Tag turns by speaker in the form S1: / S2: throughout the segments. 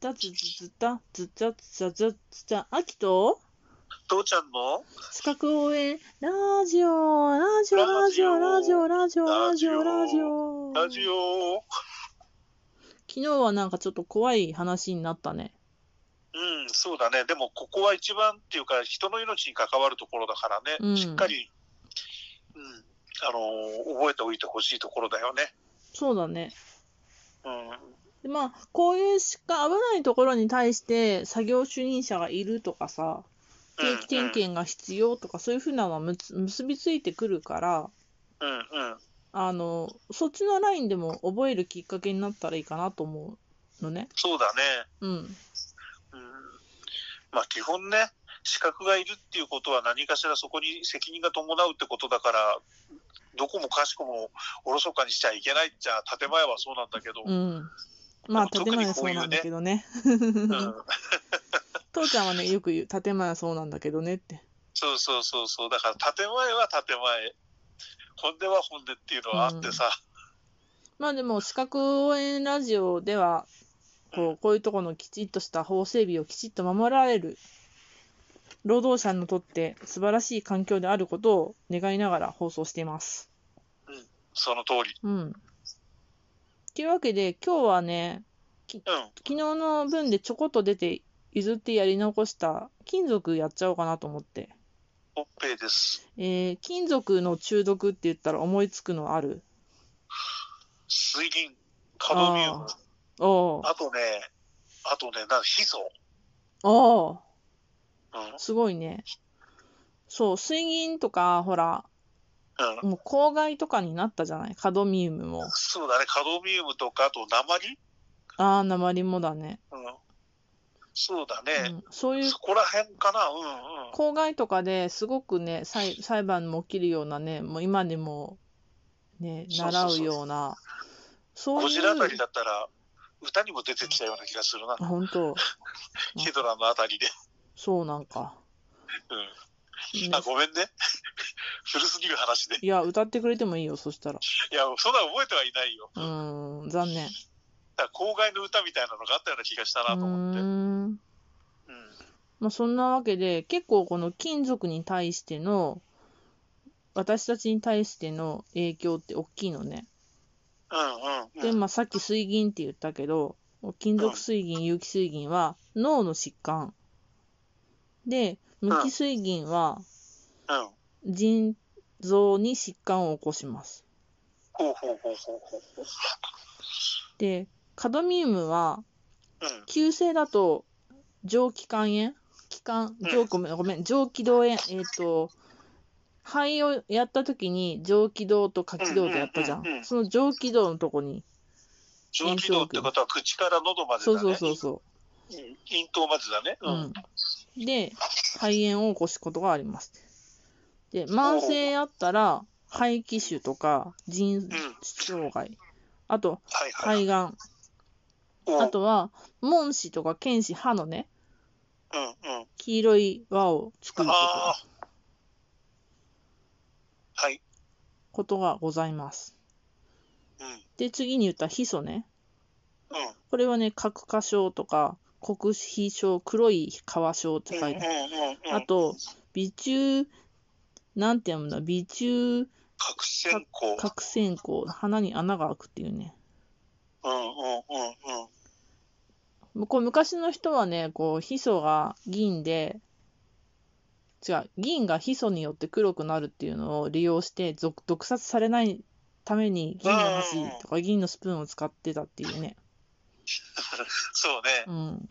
S1: たずずずたずたずたずたあきと
S2: 父ちゃんの
S1: 資格応援ラジオラジオラジオラジオラジオラジオラジオ
S2: ラジオ。
S1: 昨日はなんかちょっと怖い話になったね
S2: うん、そうだね。でも、ここは一番っていうか、人の命に関わるところだからね、
S1: うん
S2: しっかり、うん、あのー覚えておいてほしいところだよね。
S1: そうだね
S2: うん、
S1: でまあこういうしか危ないところに対して作業主任者がいるとかさ定期点検が必要とかそういうふうなのはむつ結びついてくるから
S2: うん、うん、うん。
S1: あのそっちのラインでも覚えるきっかけになったらいいかなと思うのね
S2: そうだね。
S1: うん
S2: うん。まあ、基本ね、資格がいるっていうことは何かしらそこに責任が伴うってことだから、どこもかしこもおろそかにしちゃいけないっちゃ、建前はそうなんだけど、
S1: うん。まあ、
S2: でも
S1: 建前
S2: 特にこ
S1: はそうう
S2: いうね
S1: なんだけどね。
S2: うん、
S1: 父ちゃんはね、よく言う、建前はそうなんだけどねって。
S2: そうそうそうそう、だから建前は建前、本音は本音っていうのはあってさ、
S1: まあでも、資格応援ラジオでは、こうこういうところのきちっとした法整備をきちっと守られる、労働者にとって素晴らしい環境であることを願いながら放送しています。
S2: その通り。
S1: うん。というわけで、今日はね、
S2: うん、
S1: 昨日の分でちょこっと出て譲ってやり残した金属やっちゃおうかなと思って。
S2: オッペイです。
S1: えー金属の中毒って言ったら思いつくのある
S2: 水銀、カドミウム、
S1: あおう
S2: あとね、あとね、なんヒ素、
S1: おう
S2: うん、うん、
S1: すごいね。そう、水銀とか、ほら、もう公害とかになったじゃないカドミウムも。
S2: そうだね、カドミウムとか、あと鉛、
S1: ああ、鉛もだね、
S2: うん、そうだ
S1: う
S2: ね、
S1: ん。そういう
S2: そこら辺かな、うん、うん。
S1: 公害とかですごくね、裁裁判も起きるようなね、もう今でも、ね、
S2: そうそう
S1: 習
S2: そう
S1: うような、そう
S2: ゴ
S1: い
S2: ジラあたり
S1: う、
S2: だったら、歌にも出てきたような気がするな、
S1: 本当、
S2: ヒドラのあたりで。
S1: そうなんか。
S2: うん
S1: ね
S2: あごめんね、 古すぎる話で。
S1: いや、歌ってくれてもいいよ、そしたら。
S2: いや、そんな覚えてはいないよ。
S1: うーん、残念。
S2: だから公害の歌みたいなのがあったような気がしたなと思って。
S1: う
S2: うん
S1: ーんまあ、そんなわけで結構この金属に対しての私たちに対しての影響って大きいのね。
S2: うんうん
S1: で、
S2: うん。
S1: まあ、さっき水銀って言ったけど金属水銀有機水銀は脳の疾患で無機水銀は
S2: うん。
S1: 腎臓に疾患を起こします。
S2: ほうほうほうほうほう。
S1: でカドミウムは
S2: うん。
S1: 急性だと上気管炎気管
S2: うん
S1: 上ごめんごめん上気道炎えっ、と肺をやった時に上気道と下気道とやったじゃん,、
S2: うんうんうんうん
S1: その上気道のとこに、
S2: 上気道ってことは口から喉までだ
S1: そう
S2: ね。
S1: そうそうそ
S2: うん咽頭までだね。う
S1: う、
S2: ん。
S1: うん、で肺炎を起こすことがありますで慢性やったら肺気腫とか腎障害あと
S2: はいはい。
S1: 肺がん
S2: お
S1: あとは門歯とか犬歯歯のね
S2: うんうん。
S1: 黄色い輪を作ること
S2: ああ。はい。
S1: ことがございます。
S2: うん
S1: で、次に言ったヒ素ね。
S2: うん。
S1: これはね、角化症とか、黒皮症、黒い皮症って書いてある。
S2: うんうんうんうん。
S1: あと、微中、なんて読むんだ、微中
S2: 核線香。
S1: 角栓口、鼻に穴が開くっていうね。
S2: うんうんうんうん。
S1: むこう昔の人はね、こう、ヒ素が銀で、違う、銀がヒ素によって黒くなるっていうのを利用して、毒毒殺されないために銀の箸とか銀のスプーンを使ってたっていうね。
S2: そうね。
S1: うん。
S2: うん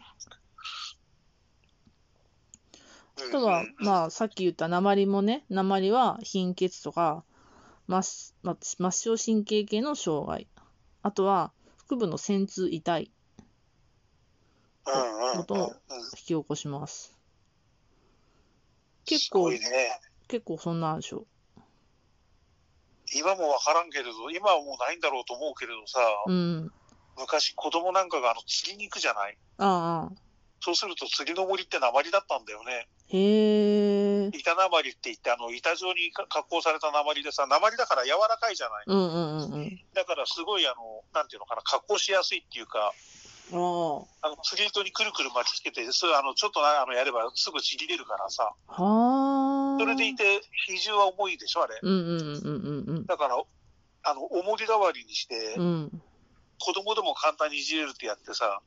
S1: あとは、まあ、さっき言った鉛もね、鉛は貧血とか、末ま末梢神経系の障害。あとは、腹部の穿痛痛い、
S2: うんうんうんうん
S1: のと引き起こします。結
S2: すご
S1: 構、
S2: いね。
S1: 結構そんなんでしょ。
S2: 今もわからんけれど、今はもうないんだろうと思うけれどさ、
S1: うん。
S2: 昔子供なんかがあの釣りに行くじゃない
S1: ああ、
S2: そうすると釣りの森って鉛だったんだよね。
S1: へえ。
S2: 板鉛って言って、あの板状にか加工された鉛でさ、鉛だから柔らかいじゃない
S1: うんうんうんうん。
S2: だからすごいあの、なんていうのかな、加工しやすいっていうか、
S1: あ
S2: あの釣り糸にくるくる巻きつけて、それあのちょっとなあのやればすぐちぎれるからさ、
S1: あ。はあ。
S2: それでいて、比重は重いでしょ、あれ。
S1: うんうんうんうん
S2: だから、あの重り代わりにして、
S1: うん。うん。
S2: 子供でも簡単にいじれるってやってさ、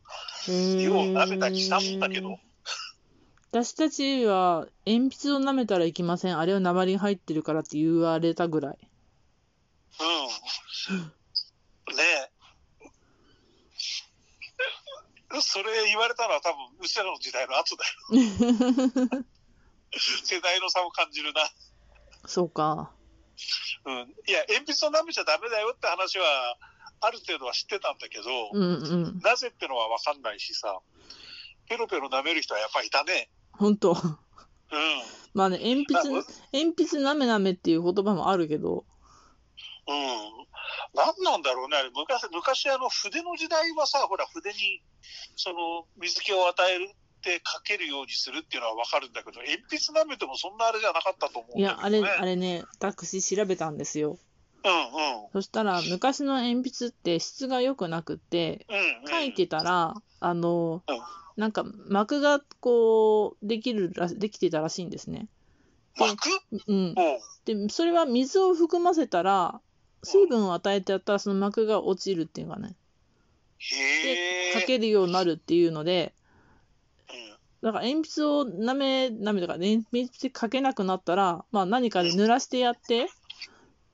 S1: へー
S2: よう舐めたりしたんだけど。
S1: 私たちは鉛筆を舐めたらいけません。あれは鉛が入ってるからって言われたぐらい。
S2: うん。ねえ。それ言われたのは多分、うちらの時代の後だよ。 世代の差を感じるな。
S1: そうか。
S2: うん。いや、鉛筆を舐めちゃダメだよって話は、ある程度は知ってたんだけど、
S1: うんうん。
S2: なぜってのは分かんないしさ、ペロペロ舐める人はやっぱいたね。
S1: 本当。
S2: うん。
S1: まあね、鉛筆、
S2: な
S1: 鉛筆なめなめっていう言葉もあるけど。
S2: うん。何なんだろうね、あれ昔、昔あの筆の時代はさ、ほら、筆に、その、水気を与える。って書けるようにするっていうのは分かるんだけど、鉛筆舐めてもそんなあれじゃなかったと思うん
S1: い
S2: だ
S1: や、あ
S2: けど、ね。
S1: れ、あれね、私調べたんですよ。
S2: うん
S1: そしたら、昔の鉛筆って質が良くなくて、
S2: うん。うん、うん。
S1: 書いてたら、あの
S2: うん、
S1: なんか膜がこう、できるら、できてたらしいんですね。
S2: 巻く
S1: うん。
S2: うん。
S1: で、それは水を含ませたら、水分を与えてやったらその膜が落ちるっていうかね、
S2: へえ。
S1: 書けるようになるっていうので、
S2: うん
S1: だから鉛筆をなめ、なめとか、鉛筆書けなくなったら、まあ何かで濡らしてやって、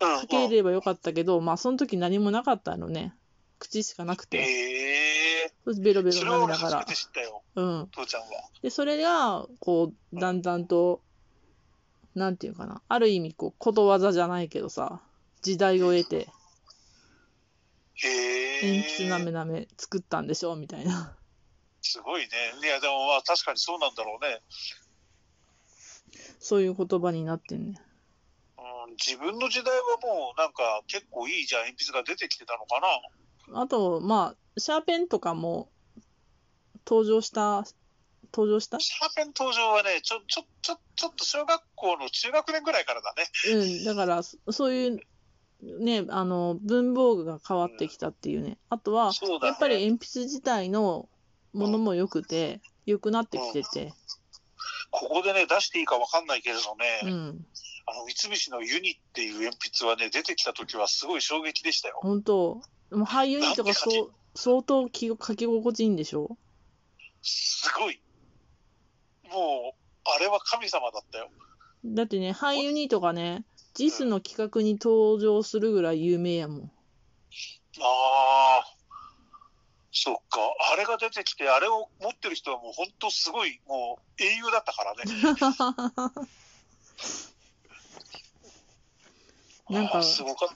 S2: うん。
S1: 書ければよかったけど、まあその時何もなかったのね。口しかなくて、
S2: へえ。
S1: ベロベロ
S2: それ
S1: 舐
S2: は
S1: め
S2: 俺
S1: なが
S2: 初め
S1: ら
S2: て。知ったよ、
S1: うん。
S2: 父ちゃんは。
S1: で、それが、こう、だんだんと、なんていうかな、ある意味、こう、ことわざじゃないけどさ、時代を得て、
S2: へえ。
S1: 鉛筆なめなめ作ったんでしょ、みたいな。
S2: すごいね。いや、でもまあ確かにそうなんだろうね。
S1: そういう言葉になってんね。
S2: うん、自分の時代はもうなんか結構いいじゃん、鉛筆が出てきてたのかな。
S1: あと、まあ、シャーペンとかも、登場した、登場した
S2: シャーペン登場はね、ちょ、ちょ、ちょ、ちょっと小学校の中学年ぐらいからだね。
S1: うん、だから、そそういう、ね、あの、文房具が変わってきたっていうね。あとは、
S2: そうだね
S1: やっぱり鉛筆自体のものも良くて、良くなってきてて、
S2: ここでね、出していいかわかんないけれど
S1: う
S2: ね、
S1: ん。
S2: あの、三菱のユニっていう鉛筆はね、出てきた時はすごい衝撃でしたよ。
S1: 本当もう俳優にと
S2: な
S1: か
S2: んて書
S1: そう相当き書き心地いいんでしょ
S2: すごい。もう、あれは神様だったよ。
S1: だってね俳優にとかね JIS の企画に登場するぐらい有名やもん
S2: ああ、そっか。あれが出てきて、あれを持ってる人はもう本当すごい、もう英雄だったからね。
S1: なん
S2: あ
S1: か
S2: ーすごかった。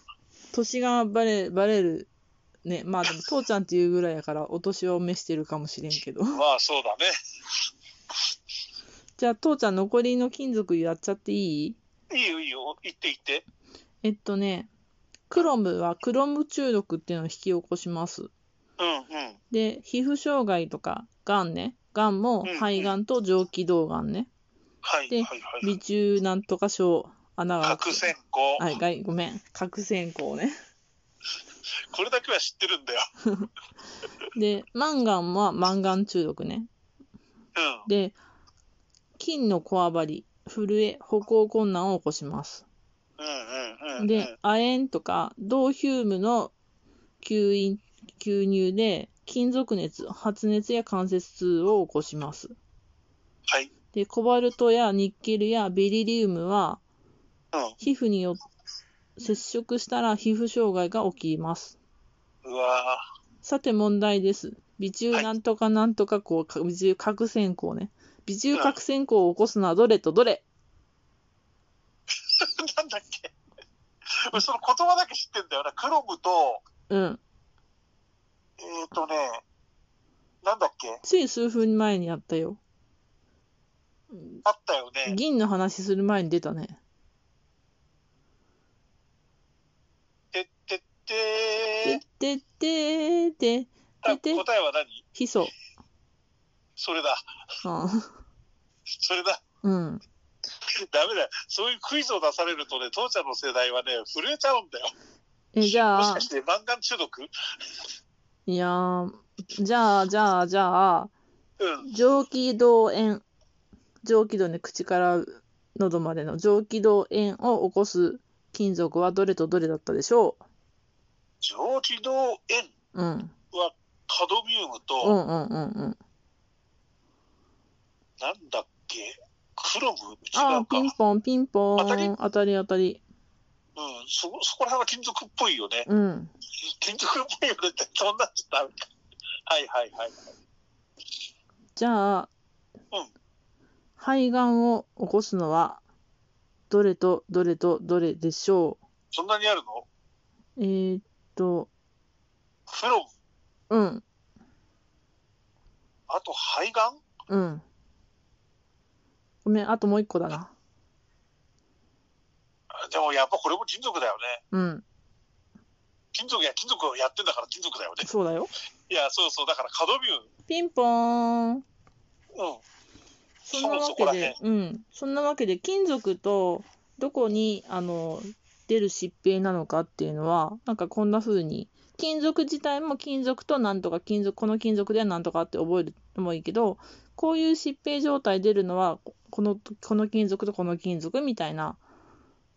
S1: 年がバレバレるねまあでも父ちゃんっていうぐらいやからお年を召してるかもしれんけど
S2: まあそうだね。
S1: じゃあ父ちゃん残りの金属やっちゃっていい
S2: いいよいいよ。行って行って。
S1: えっとねクロムはクロム中毒っていうのを引き起こします
S2: うんうん。
S1: で皮膚障害とかがんねがんも
S2: うんうん
S1: 肺がんと上気道がんね
S2: はいは
S1: で
S2: いはい。
S1: 微中なんとか症穴が開く
S2: 角線香、
S1: はいがいごめん角栓孔ね
S2: これだけは知ってるんだよ。
S1: でマンガンはマンガン中毒ね
S2: うん。
S1: で菌のこわばり震え歩行困難を起こします
S2: うんうんうんうん。
S1: で亜鉛とかドーヒウムの吸引吸入で金属熱発熱や関節痛を起こします
S2: はい。
S1: でコバルトやニッケルやベリリウムは
S2: う
S1: 皮膚によ接触したら皮膚障害が起きます
S2: ん。うわ
S1: さて問題です。微
S2: は
S1: 中
S2: い
S1: なんとかなんとかこう、か微中核線香ね。微中核線香を起こすのはどれとどれ
S2: ー なんだっけ。俺その言葉だけ知ってんだよな。クロムと、
S1: うん。
S2: えっ、ー、とね、なんだっけ。
S1: つい数分前にやったよ。
S2: あったよね。
S1: 銀の話する前に出たね。
S2: てってって
S1: で、で、で、で、
S2: あ
S1: てて
S2: 答えは何
S1: ヒ素。
S2: それだ。それだ。
S1: うん。うん
S2: ダメだ。そういうクイズを出されるとね、父ちゃんの世代はね、震えちゃうんだよ。
S1: え、じゃ
S2: もし
S1: あ
S2: かし、て、マンガン中毒
S1: いやー、じゃあ、じゃあ、じゃあ、
S2: うん。
S1: 上気道炎。上気道ね、口から喉までの上気道炎を起こす金属はどれとどれだったでしょ
S2: 上気道炎
S1: ううん。
S2: はカドミウム
S1: う
S2: と、
S1: んうんうんうん。
S2: なんだっけ、クロム違
S1: あ
S2: う
S1: ー、
S2: か。
S1: ピ
S2: うん
S1: ン、ポン、ピンポ
S2: 当たり
S1: ーン。当たり当たり。
S2: そ、そこら辺は金属っぽいよね。
S1: うん。
S2: 金属っぽいよねって、そんなんじゃダメか。はいはいはい。
S1: じゃあ、
S2: うん
S1: 肺がんを起こすのは、どれとどれとどれでしょ
S2: そんなにあるの
S1: うえー、っと、
S2: クロム、
S1: うん、
S2: あと肺がん
S1: うん。ごめん、あともう一個だな。
S2: あでもやっぱこれも金属だよね。
S1: うん、
S2: 金属や金属をやってんだから金属だよね。
S1: そうだよ。
S2: いや、そうそう、だからカドミウム。
S1: ピンポーン。
S2: うん。
S1: そんなわ
S2: そこ
S1: け
S2: ら
S1: で、うん、そんなわけで、金属とどこにあの出る疾病なのかっていうのは、なんかこんな風に、金属自体も金属となんとか、金属、この金属ではなんとかって覚えるのもいいけど、こういう疾病状態出るのは、このこの金属とこの金属みたいな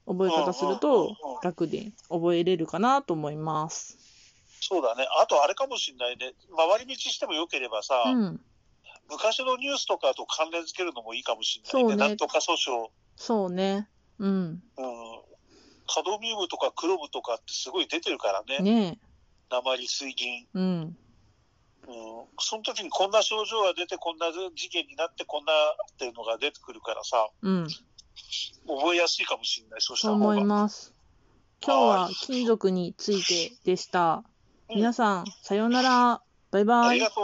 S1: 覚え方する
S2: うんうんうんう
S1: と
S2: ん、
S1: 楽で覚えれるかなと思います。
S2: そうだね。あとあれかもしれないね。回り道してもよければさ、
S1: うん、
S2: 昔のニュースとかと関連付けるのもいいかもしれない
S1: そ
S2: ね。
S1: うね
S2: なんとか訴訟、
S1: そうね。うん。
S2: うん、カドミウムとかクロムとかってすごい出てるからね。
S1: ね
S2: 鉛、水銀、
S1: え。うん。
S2: うん。その時にこんな症状が出て、こんな事件になって、こんなっていうのが出てくるからさ、
S1: うん。
S2: 覚えやすいかもしれない。そうした
S1: と
S2: 方
S1: 思
S2: が。
S1: います。今日は
S2: はい
S1: 金属についてでした。
S2: うん
S1: 皆さん、さようなら。バイバ
S2: あ
S1: イ
S2: り。がとう。